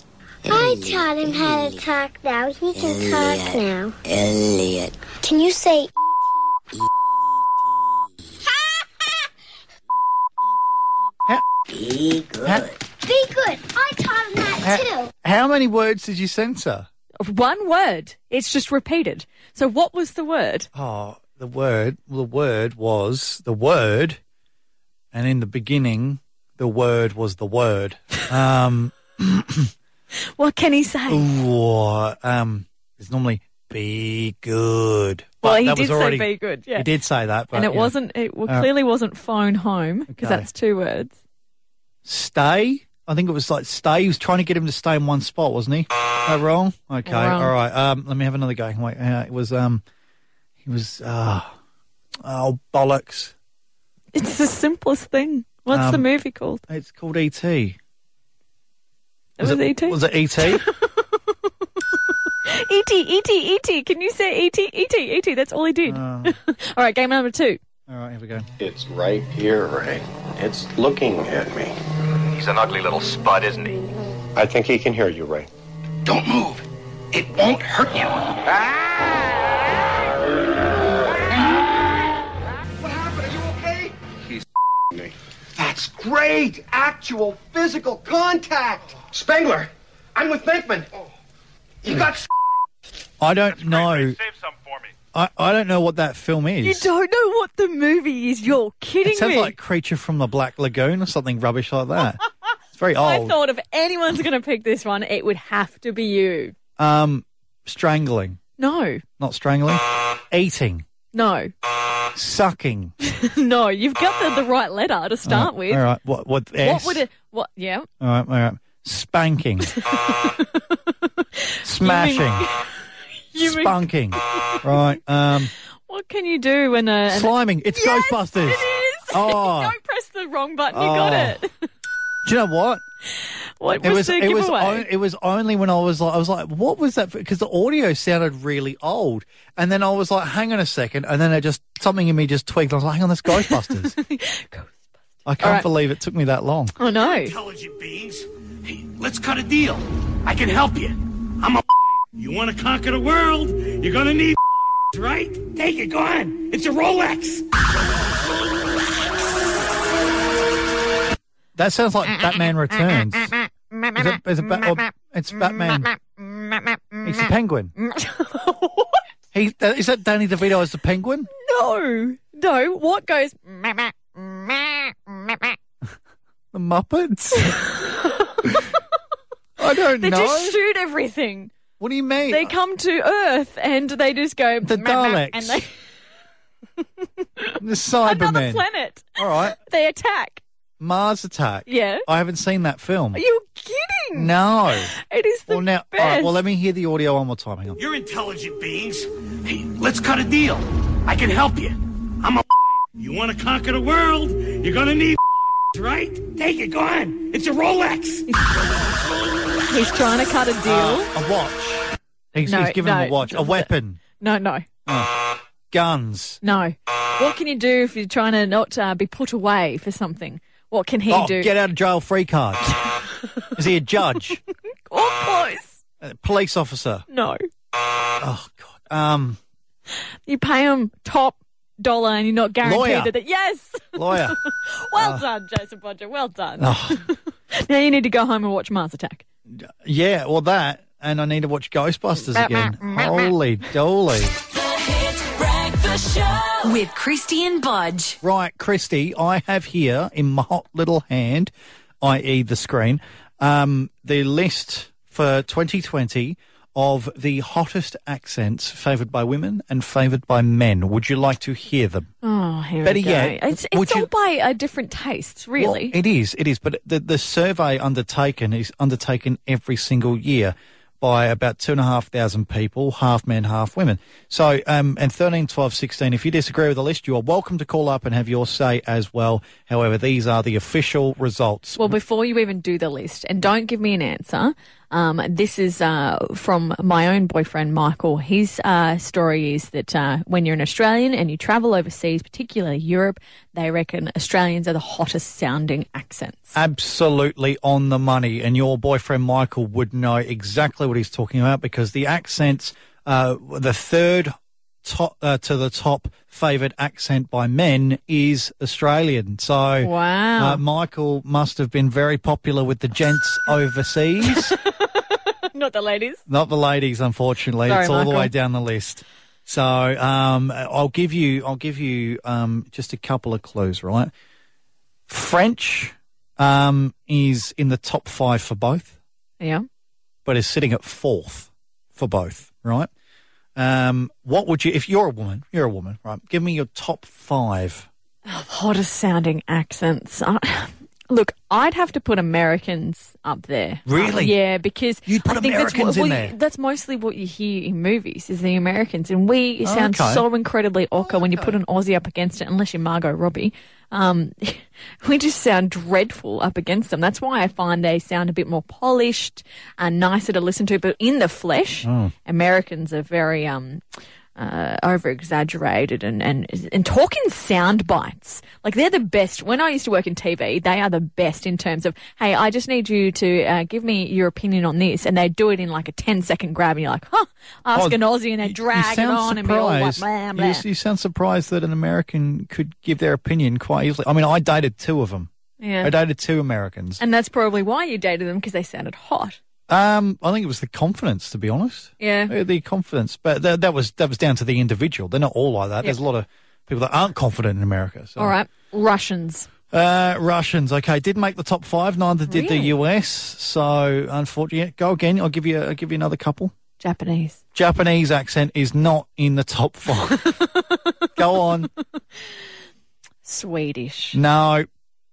S8: I taught him how to talk now. He can talk now. Elliot. Can you say
S2: How, how,
S8: be good? I taught him that
S2: how, how many words did you censor?
S3: One word. It's just repeated. So what was the word?
S2: Oh, the word. The word was the word, and in the beginning, the word was the word. Um,
S3: What can he say?
S2: ooh, um, it's normally be good. But
S3: well, he
S2: that
S3: did
S2: was already,
S3: say be good. Yeah.
S2: He did say that, but
S3: and it
S2: yeah.
S3: wasn't. It well,
S2: Uh,
S3: clearly wasn't phone home because
S2: okay.
S3: that's two words.
S2: stay. I think it was like stay. He was trying to get him to stay in one spot, wasn't he? Is that wrong? Okay,
S3: Wrong.
S2: all right. Um, let me have another go. Wait, uh, it was um, he was uh, oh bollocks.
S3: It's the simplest thing. What's the
S2: Um,
S3: movie called?
S2: It's called ET. It
S3: It was, E E.T.
S2: Was it E ET?
S3: E.T., E.T., E.T. E Can you say E E.T., E.T., E.T.? That's all he did.
S2: Ah.
S3: all right, game number two.
S2: all right, here we go.
S9: It's right here, Ray. It's looking at me.
S10: He's an ugly little spud, isn't he?
S9: I think he can hear you, Ray.
S10: Don't move. It won't hurt you. What happened? Are you okay? He's me. That's great! Actual physical contact! Spangler! I'm with Bankman! You got
S2: I don't know.
S10: some for me.
S2: I, I don't know what that film is.
S3: You don't know what the movie is. You're kidding
S2: it sounds
S3: me.
S2: like Creature from the Black Lagoon or something rubbish like that. it's very
S3: I
S2: old.
S3: thought if anyone's going to pick this one, it would have to be you.
S2: um, strangling,
S3: No,
S2: not strangling.
S10: Uh.
S2: Eating,
S3: no,
S2: sucking.
S3: no. You've got the, the right letter to start with.
S2: Ah, All right. What? What?
S3: What
S2: S?
S3: would it? What? Yeah.
S2: All right, all right. Spanking. Smashing.
S3: You mean-
S2: Spunking. right. Um,
S3: What can you do when a? an-
S2: sliming. It's
S3: Yes,
S2: Ghostbusters.
S3: It is.
S2: Oh.
S3: Don't press the wrong button. You got
S2: Oh.
S3: it.
S2: Do you know what?
S3: What was, the
S2: it was,
S3: giveaway?
S2: on- it was only when I was like, I was like, what was that? Because the audio sounded really old, and then I was like, hang on a second, and then I just something in me just tweaked. I was like, hang on, that's Ghostbusters. I can't
S11: All right.
S2: believe it took me that long.
S3: Oh no!
S11: Intelligent beings, hey, let's cut a deal. I can help you. I'm a. You want to conquer the world? You're gonna need right. Take it. Go on. It's a Rolex.
S2: That sounds like Batman Returns. Is it- is it Bat- or- it's Batman. He's the Penguin. He is that Danny DeVito as the Penguin?
S3: No, no. What goes?
S2: The Muppets. I don't
S3: They
S2: know.
S3: just shoot everything.
S2: What do you mean?
S3: They come to Earth and they just go the
S2: Daleks.
S3: and they
S2: the Cybermen.
S3: another planet.
S2: All right.
S3: They attack.
S2: Mars Attack.
S3: Yeah.
S2: I haven't seen that film.
S3: Are you kidding?
S2: No.
S3: It is the
S2: well, now, all right,
S3: best.
S2: well, let me hear the audio one more time. Hang on.
S11: You're intelligent beings. Hey, let's cut a deal. I can help you. I'm a. You want to conquer the world? You're gonna need right. Take it. Go on. It's a Rolex.
S3: He's trying to cut a deal.
S2: Uh, a watch. He's,
S3: No,
S2: he's giving him
S3: no.
S2: a watch, a weapon,
S3: no, no,
S2: guns.
S3: no. What can you do if you're trying to not uh, be put away for something? What can he
S2: oh,
S3: do?
S2: get out of jail free card. Is he a judge?
S3: Or close?
S2: a police officer?
S3: No.
S2: Oh God. Um,
S3: You pay him top dollar and you're not guaranteed
S2: Lawyer.
S3: that. they- Yes.
S2: lawyer.
S3: well done, Jason Bodger. Well done.
S2: Oh.
S3: now you need to go home and watch Mars Attack.
S2: Yeah. Well, that, and I need to watch Ghostbusters
S3: Meh,
S2: again.
S1: meh, meh, meh.
S2: Holy doly.
S1: Breakfast Show with Christian Budge.
S2: Right, Christy, I have here in my hot little hand, i.e., the screen, um, the list for 2020 of the hottest accents favoured by women and favoured by men. Would you like to hear them?
S3: Oh, here
S2: Better
S3: we go.
S2: yet,
S3: it's
S2: would
S3: it's all
S2: you-
S3: by uh, different tastes, really.
S2: Well, it is. It is. But the, the survey undertaken is undertaken every single year by about two and a half thousand people, half men, half women. So, um, and 13, 12, 16, if you disagree with the list, you are welcome to call up and have your say as well. However, these are the official results.
S3: Well, before you even do the list, and don't give me an answer. Um, this is uh, from my own boyfriend, Michael. His uh, story is that uh, when you're an Australian and you travel overseas, particularly Europe, they reckon Australians are the hottest sounding accents.
S2: Absolutely on the money. And your boyfriend Michael would know exactly what he's talking about because the accents, uh, the third top, uh, to the top favoured accent by men is Australian. So
S3: Wow.
S2: uh, Michael must have been very popular with the gents overseas,
S3: Not the ladies.
S2: not the ladies, unfortunately.
S3: Sorry,
S2: it's all the
S3: Michael.
S2: way down the list. So um, I'll give you, I'll give you um, just a couple of clues, right? French um, is in the top five for both,
S3: Yeah.
S2: but is sitting at fourth for both, right? Um, what would you, if you're a woman, you're a woman, right? Give me your top five.
S3: Hottest sounding accents. I- Look, I'd have to put Americans up there.
S2: Really?
S3: yeah, because
S2: You'd put
S3: I think
S2: Americans
S3: that's what,
S2: in
S3: well,
S2: there?
S3: you- That's mostly what you hear in movies is the Americans, and we sound
S2: Oh, Okay.
S3: so incredibly awkward when you put an Aussie up against it, unless you're Margot Robbie. Um, we just sound dreadful up against them. That's why I find they sound a bit more polished and nicer to listen to, but in the flesh,
S2: Mm.
S3: Americans are very um, uh, over exaggerated and, and and talk in sound bites. Like they're the best. When I used to work in TV, they are the best in terms of, hey, I just need you to uh, give me your opinion on this, and they do it in like a 10 second grab, and you're like, huh? Ask
S2: Oh,
S3: an Aussie, and they
S2: you-
S3: drag
S2: you
S3: it
S2: sound
S3: on, and be all like,
S2: surprised.
S3: blah,
S2: You,
S3: blah.
S2: s- you sound surprised that an American could give their opinion quite easily. I mean, I dated two of them.
S3: Yeah.
S2: I dated two Americans.
S3: and that's probably why you dated them because they sounded hot.
S2: Um, I think it was the confidence, to be honest.
S3: Yeah.
S2: Uh, The confidence, but tha- that was that was down to the individual. They're not all like that. There's a lot of people that aren't confident in America. So.
S3: All right, Russians.
S2: Uh, Russians. Okay, did make the top five. Neither did
S3: Really?
S2: the US. So unfortunately, go again. I'll give you. I'll give you another couple.
S3: Japanese.
S2: Japanese accent is not in the top five. go on. Mm.
S3: Swedish.
S2: No.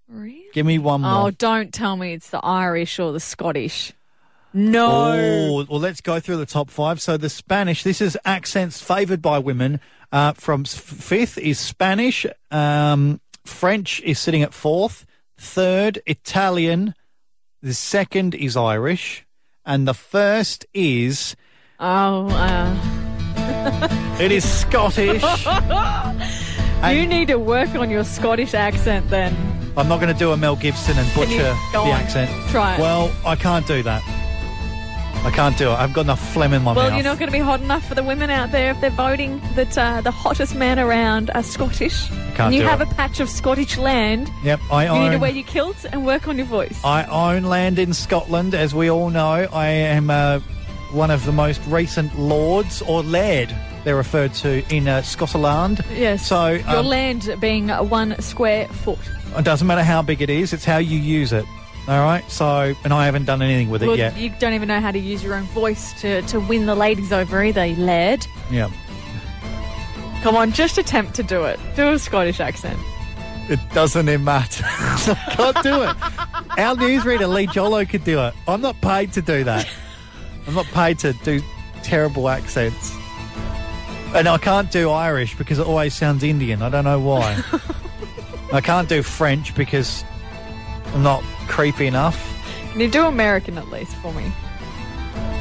S3: Really?
S2: Give me one more.
S3: Oh, don't tell me it's the Irish or the Scottish. No.
S2: Oh, well, let's go through the top five. So the Spanish. This is accents favoured by women. Uh, from s- fifth is Spanish. Um, French is sitting at fourth. Third, Italian. The second is Irish, and the first is
S3: Oh, uh.
S2: it is Scottish.
S3: you need to work on your Scottish accent then.
S2: I'm not going to do a Mel Gibson and
S3: Can you-
S2: butcher
S3: go
S2: the
S3: on.
S2: accent.
S3: Try it.
S2: Well, I can't do that. I can't do it. I've got enough phlegm in my
S3: well,
S2: mouth.
S3: you're not going to be hot enough for the women out there if they're voting that uh, the hottest man around are Scottish.
S2: Can't
S3: and you
S2: do
S3: have
S2: it.
S3: a patch of Scottish land.
S2: Yep, I
S3: you
S2: own.
S3: need to wear your kilt and work on your voice.
S2: I own land in Scotland, as we all know. I am uh, one of the most recent lords or laird. They're referred to in uh, Scotland.
S3: Yes.
S2: So
S3: your
S2: um,
S3: land being one square foot.
S2: it doesn't matter how big it is; it's how you use it. All right. So, and I haven't done anything with
S3: Well,
S2: it yet.
S3: You don't even know how to use your own voice to, to win the ladies over either, you lad.
S2: yeah.
S3: Come on, just attempt to do it. Do a Scottish accent.
S2: It doesn't even matter. I can't do it. Our newsreader Lee Jolo could do it. I'm not paid to do that. I'm not paid to do terrible accents. And I can't do Irish because it always sounds Indian. I don't know why. I can't do French because I'm not creepy enough.
S3: Can you do American at least for me?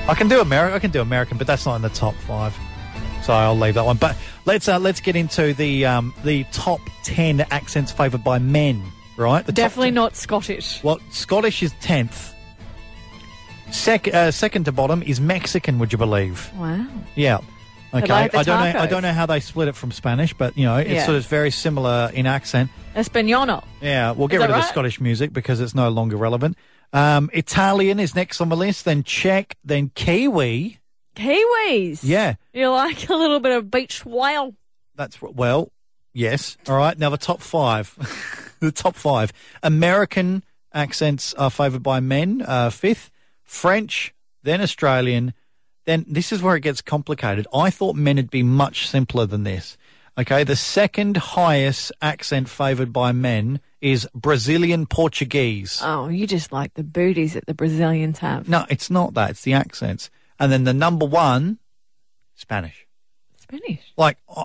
S2: I can do American. I can do American, but that's not in the top five. So I'll leave that one. But let's uh, let's get into the um, the top ten accents favoured by men. Right, the top
S3: Definitely not Scottish.
S2: Well, Scottish is tenth. Sec- uh, second to bottom is Mexican. Would you believe?
S3: Wow.
S2: Yeah.
S3: They
S2: Okay.
S3: like the
S2: I don't know. I
S3: tacos.
S2: don't know how they split it from Spanish, but you know, it's
S3: Yeah.
S2: sort of very similar in accent.
S3: Espanol.
S2: Yeah. We'll get
S3: Is
S2: rid
S3: that
S2: of the
S3: right?
S2: Scottish music because it's no longer relevant. Um, Italian is next on the list. Then Czech. Then Kiwi.
S3: Kiwis.
S2: Yeah.
S3: You like a little bit of beach whale.
S2: That's r- well, yes. All right. Now the top five. the top five. American accents are favoured by men. Uh, fifth, French, then Australian, then this is where it gets complicated. I thought men would be much simpler than this. Okay. The second highest accent favoured by men is Brazilian Portuguese.
S3: Oh, you just like the booties that the Brazilians have.
S2: No, it's not that. It's the accents. And then the number one, Spanish.
S3: Spanish.
S2: Like I-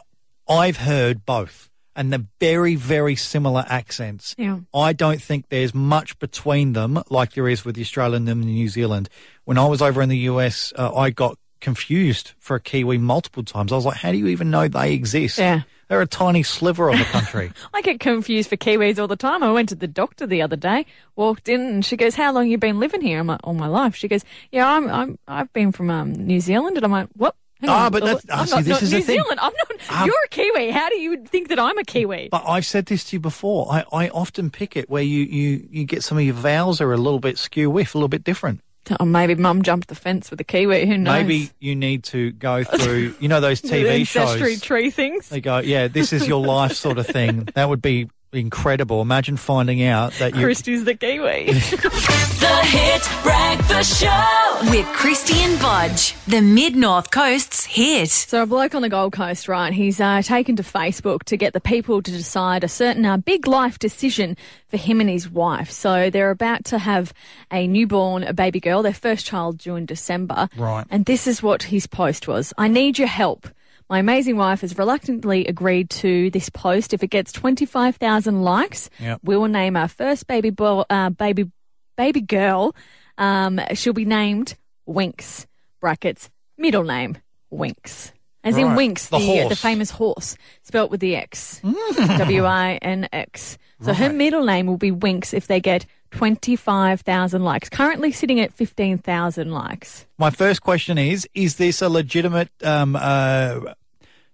S2: I've heard both, and they're very, very similar accents.
S3: Yeah.
S2: I don't think there's much between them, like there is with the Australian and the New Zealand. When I was over in the US, uh, I got confused for a Kiwi multiple times. I was like, "How do you even know they exist?
S3: Yeah.
S2: They're a tiny sliver of the country."
S3: I get confused for Kiwis all the time. I went to the doctor the other day, walked in, and she goes, "How long you been living here?" I'm like, "All my life." She goes, "Yeah, I'm, I'm I've been from um, New Zealand," and I'm like, "What?" Hang
S2: Ah,
S3: on,
S2: but that's- ah,
S3: I'm
S2: see,
S3: not,
S2: this
S3: not
S2: is the
S3: New
S2: thing. Ah.
S3: Zealand. I'm not. you're a Kiwi. How do you think that I'm a Kiwi?
S2: But I've said this to you before. I, I often pick it where you, you, you get some of your vowels are a little bit skew whiff, a little bit different.
S3: Or Oh, maybe Mum jumped the fence with a Kiwi. Who knows?
S2: Maybe you need to go through, you know, those
S3: The
S2: TV
S3: ancestry
S2: shows.
S3: tree things.
S2: They go, yeah, this is your life sort of thing. That would be incredible. Imagine finding out that you.
S3: Christie's the Kiwi.
S1: The Hit Breakfast Show with Christian Budge, the Mid North Coast's hit.
S3: So a bloke on the Gold Coast, right? He's uh, taken to Facebook to get the people to decide a certain uh, big life decision for him and his wife. So they're about to have a newborn, a baby girl, their first child due in December.
S2: Right.
S3: And this is what his post was: "I need your help." My amazing wife has reluctantly agreed to this post. If it gets 25,000 likes,
S2: Yep.
S3: we will name our first baby boy, uh, baby, baby girl. Um, she'll be named Winks. Brackets middle name Winks, as in
S2: Right.
S3: Winks, the uh,
S2: The
S3: the,
S2: horse. Mm.
S3: famous horse, spelt with the X, W I N X. So her middle name will be Winks if they get 25,000 likes. Currently sitting at 15,000 likes.
S2: My first question is: Is this a legitimate um, uh,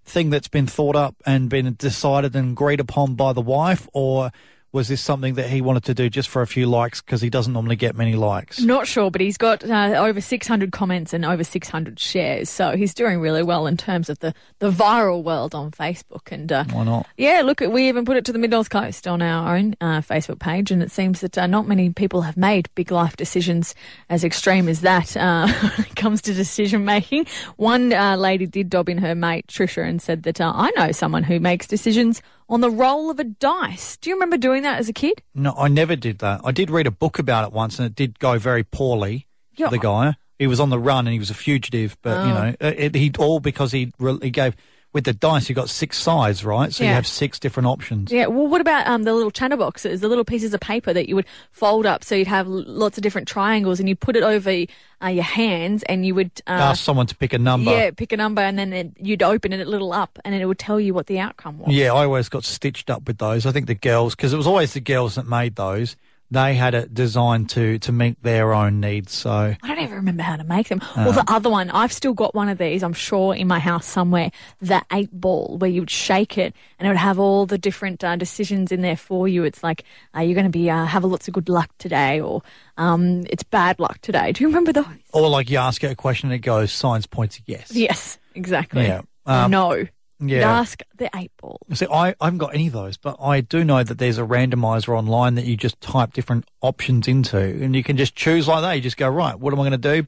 S2: thing that's been thought up and been decided and agreed upon by the wife, or was this something that he wanted to do just for a few likes because he doesn't normally get many likes?
S3: Not sure, but he's got uh, over 600 comments and over 600 shares. So he's doing really well in terms of the, the viral world on Facebook. And uh,
S2: Why not?
S3: yeah, look, we even put it to the Mid North Coast on our own uh, Facebook page. And it seems that uh, not many people have made big life decisions as extreme as that uh, when it comes to decision making. One uh, lady did dob in her mate, Trisha, and said that uh, I know someone who makes decisions on the roll of a dice. Do you remember doing that as a kid?
S2: No, I never did that. I did read a book about it once, and it did go very poorly.
S3: Yeah.
S2: The guy, he was on the run and he was a fugitive, but you
S3: Oh.
S2: know, it, he all because he re- he gave with the dice, you've got six sides, right? So you
S3: Yeah.
S2: have six different options.
S3: Yeah, well, what about um, the little chatterboxes, the little pieces of paper that you would fold up so you'd have l- lots of different triangles and you put it over uh, your hands and you would. Uh,
S2: Ask someone to pick a number.
S3: Yeah, pick a number and then it, you'd open it a little up and it would tell you what the outcome was.
S2: Yeah, I always got stitched up with those. I think the girls, because it was always the girls that made those. They had it designed to to meet their own needs. So
S3: I don't even remember how to make them.
S2: Uh-huh.
S3: well, the other one, I've still got one of these, I'm sure, in my house somewhere. The eight ball, where you'd shake it and it would have all the different uh, decisions in there for you. It's like, uh, you're going to be uh, have lots of good luck today or um, it's bad luck today. Do you remember those?
S2: or like you ask it a question, it goes signs points yes.
S3: Yes, exactly.
S2: Yeah. Um,
S3: no.
S2: yeah.
S3: Ask the eight ball.
S2: See, I, I haven't got any of those, but I do know that there's a randomizer online that you just type different options into, and you can just choose like that. You just go right. What am I going to do?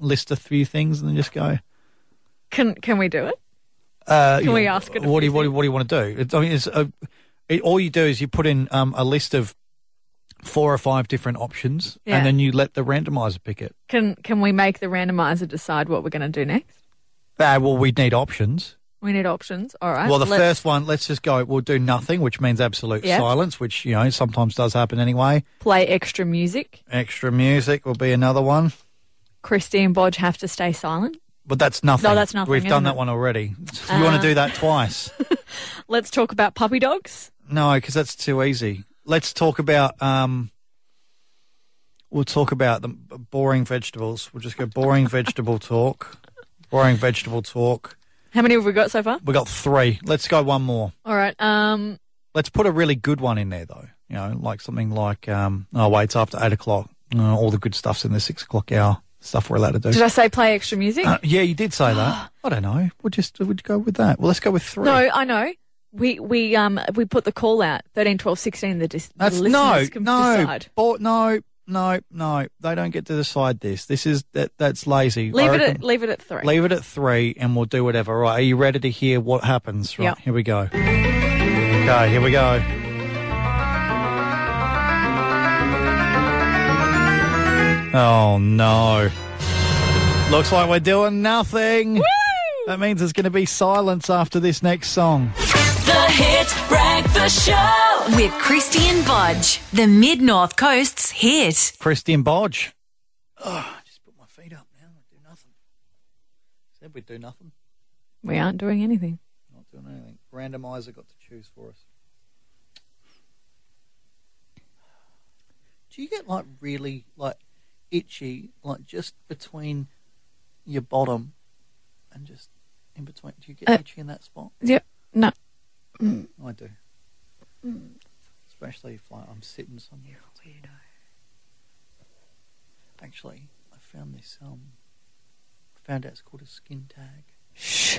S2: List a few things, and then just go.
S3: Can can we do it?
S2: Uh,
S3: Can
S2: you
S3: we
S2: know,
S3: ask it a
S2: What do you what, do you- what do you want to do? It's I mean, it's a, it, all you do is you put in um, a list of four or five different options,
S3: Yeah.
S2: and then you let the randomizer pick it.
S3: Can can we make the randomizer decide what we're going to do next?
S2: Ah, well, we need options.
S3: We need options. All right.
S2: well, the
S3: let's-
S2: first one, let's just go. We'll do nothing, which means absolute
S3: Yeah.
S2: silence, which you know sometimes does happen anyway.
S3: play extra music.
S2: Extra music will be another one,
S3: Christy and Bodge have to stay silent.
S2: but that's nothing.
S3: No, that's nothing,
S2: We've done
S3: isn't
S2: that
S3: it?
S2: one already. You want
S3: Uh.
S2: to do that twice?
S3: Let's talk about puppy dogs.
S2: No, because that's too easy. Let's talk about. Um, we'll talk about the b- boring vegetables. We'll just go boring vegetable talk. Boring vegetable talk.
S3: How many have we got so far?
S2: We got three. Let's go one more.
S3: All right. Um,
S2: Let's put a really good one in there, though. You know, like something like. Um, oh wait, it's after eight o'clock. Uh, all the good stuff's in the six o'clock hour. Stuff we're allowed to do.
S3: did I say play extra music?
S2: Uh, yeah, you did say that. I don't know. We'll just we'll go with that. Well, let's go with three.
S3: no, I know. We we um we put the call out 13, 12, 16. The, dis- the
S2: That's
S3: listeners
S2: no,
S3: can
S2: no,
S3: decide.
S2: bo- no, no, no. They don't get to decide this. This is that. That's lazy. I
S3: Leave it
S2: reckon-
S3: at leave it at three.
S2: leave it at three, and we'll do whatever. Right? Are you ready to hear what happens? Right.
S3: Yep.
S2: Here we go. Okay. Here we go. Oh no! Looks like we're doing nothing. That means there's going to be silence after this next song.
S1: The Hit Breakfast Show with Christian Budge, the Mid North Coast's hit.
S2: Christian Bodge. Oh, just put my feet up now. I do nothing. Said we'd do nothing.
S3: We aren't doing anything.
S2: Not doing anything. Randomizer got to choose for us. Do you get like really like itchy, like just between your bottom and just in between? Do you get
S3: Uh,
S2: itchy in that spot?
S3: Yep. No.
S2: I do.
S3: mm.
S2: Especially if like, I'm sitting somewhere. weirdo. Actually, I found this. Um, I found out it's called a skin tag.
S3: Shh.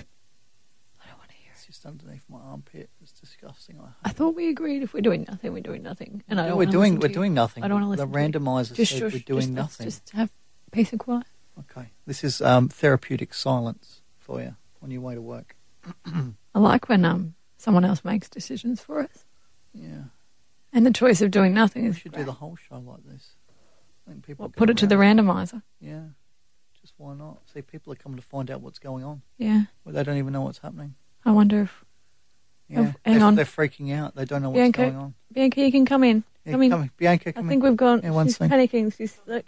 S3: I don't want to hear
S2: It's just underneath my armpit. It's disgusting.
S3: I
S2: I
S3: thought we agreed if we're doing nothing, we're doing nothing. And I
S2: No,
S3: don't
S2: we're
S3: wanna
S2: doing
S3: listen to
S2: we're
S3: you.
S2: doing nothing.
S3: I don't want to
S2: The
S3: listen. to you.
S2: randomizer
S3: Just
S2: said
S3: shush,
S2: we're doing
S3: just- let's
S2: nothing.
S3: Just have peace and quiet.
S2: Okay, this is um, therapeutic silence for you on your way to work.
S3: I like when um someone else makes decisions for us,
S2: Yeah,
S3: and the choice of doing nothing
S2: we
S3: is
S2: should do the whole show like this. I think people
S3: Well,
S2: go
S3: put it to the
S2: around.
S3: randomizer.
S2: Yeah, just why not? See, people are coming to find out what's going on.
S3: Yeah,
S2: Well, they don't even know what's happening.
S3: I wonder if
S2: Yeah,
S3: Oh, Hang
S2: they're,
S3: on.
S2: they're freaking out. They don't know what's
S3: Bianca,
S2: going on.
S3: Bianca, you can come in.
S2: Yeah,
S3: come in.
S2: come in. Bianca,
S3: I
S2: come
S3: think
S2: in.
S3: we've gone.
S2: Yeah, one
S3: she's
S2: thing.
S3: panicking. She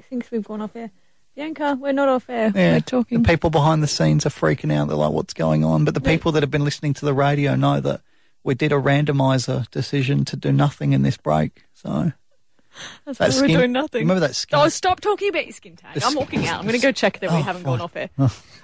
S3: thinks we've gone off air. Bianca, we're not off air.
S2: Yeah.
S3: We're
S2: The
S3: talking.
S2: people behind the scenes are freaking out. They're like, what's going on? But the people that have been listening to the radio know that we did a randomizer decision to do nothing in this break. So
S3: That's
S2: that
S3: why we're
S2: skin-
S3: doing nothing.
S2: remember that skin-
S3: Oh, stop talking about your skin tag.
S2: The
S3: I'm
S2: skin- Oh,
S3: walking out. I'm going to go check that we haven't gone off air.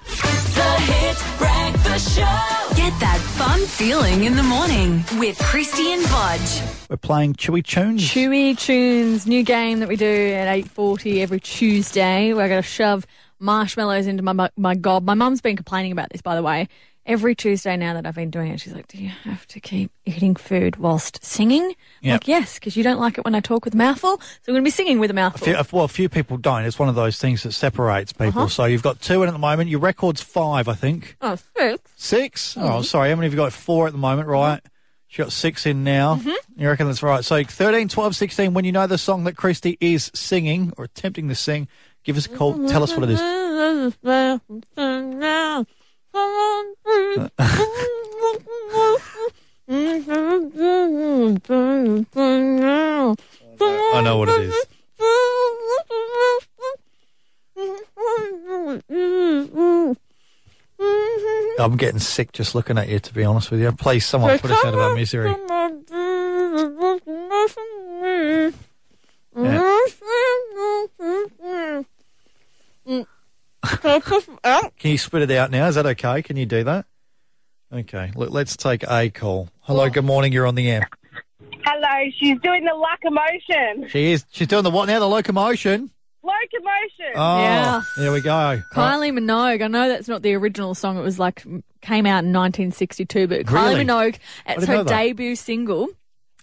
S1: The Hit Breakfast Show. Get that fun feeling in the morning with Christian Budge.
S2: we're playing Chewy Tunes.
S3: Chewy Tunes, new game that we do at eight forty every Tuesday. We're going to shove marshmallows into my my, my gob. My mum's been complaining about this, by the way. Every Tuesday now that I've been doing it, she's like, "Do you have to keep eating food whilst singing?" I'm
S2: Yep.
S3: Like, yes, because you don't like it when I talk with a mouthful, so I'm going to be singing with a
S2: A
S3: mouthful.
S2: few, well, a few people don't. It's one of those things that separates people.
S3: Uh-huh.
S2: So you've got two in at the moment. Your record's five, I think.
S3: Oh, six. Mm-hmm.
S2: Six? Oh, sorry. How many have you got? Four at the moment, right? She got six in now.
S3: Mm-hmm.
S2: You reckon that's right? So 13, 12, 16, when you know the song that Christy is singing or attempting to sing, give us a call. Tell us what it is.
S3: Oh, Mm-hmm.
S2: I know what it is. I'm getting sick just looking at you, to be honest with you. Please, someone put us out of our misery. Can you spit it out now? Is that okay? Can you do that? Okay. Look, let's take a call. Hello, good morning. You're on the air.
S12: Hello, she's doing the locomotion.
S2: She is. She's doing the what now? The locomotion.
S12: Locomotion.
S2: Oh,
S3: Yeah.
S2: there we go.
S3: Kylie Minogue. I know that's not the original song. It was like came out in 1962, but
S2: Really?
S3: Kylie Minogue.
S2: I
S3: It's
S2: didn't know
S3: her
S2: that.
S3: debut single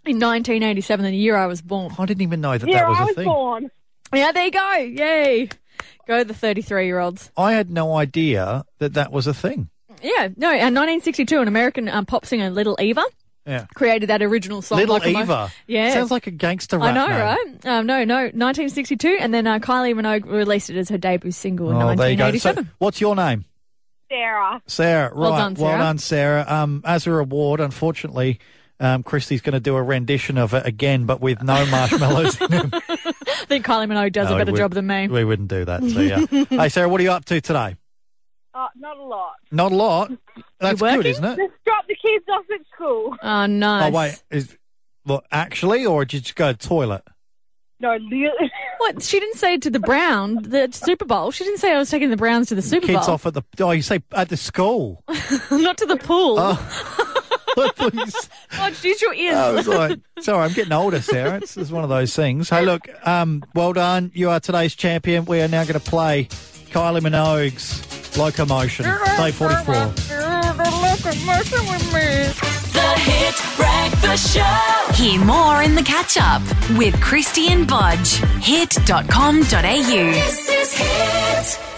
S3: in 1987, the year I was born.
S2: I didn't even know that that was a thing.
S3: born. Yeah, there you go. Yay. Go the 33 year olds.
S2: I had no idea that that was a thing.
S3: Yeah, no, in 1962, an American um, pop singer, Little Eva,
S2: Yeah.
S3: created that original song.
S2: Little
S3: Locomo-
S2: Eva.
S3: Yeah.
S2: Sounds like a gangster
S3: I
S2: rap
S3: know,
S2: name.
S3: right? Um, no, no, 1962, and then uh, Kylie Minogue released it as her debut single in
S2: Oh, there you go. So,
S3: 1987.
S2: what's your name?
S12: Sarah.
S2: Sarah.
S3: Well
S2: right.
S3: done, Sarah.
S2: Well done, Sarah. Um, as a reward, unfortunately, um, Christy's going to do a rendition of it again, but with no marshmallows. in it.
S3: I think Kylie Minogue does
S2: No,
S3: a better
S2: we-
S3: job than me.
S2: We wouldn't do that. So, yeah. hey, Sarah, what are you up to today?
S12: Oh, not a lot.
S2: Not a lot. That's good, isn't it?
S12: Just drop the kids off at school.
S3: Oh, nice.
S2: Oh, wait. Is, well, actually, or did you just go to the toilet?
S12: No, li-
S3: What? She didn't say to the Brown, the Super Bowl. She didn't say I was taking the Browns to the Super
S2: Kids
S3: Bowl.
S2: off at the. Oh, you say at the school.
S3: Not to the pool.
S2: Oh. I thought you s-
S3: God, use your ears.
S2: I was like, sorry, I'm getting older, Sarah. It's, it's one of those things. Hey, look, um, well done. You are today's champion. We are now going to play Kylie Minogue's Locomotion, day 44.
S1: The Hit Breakfast Show. Hear more in the catch up with Christian Budge. Hit.com.au. This is Hit.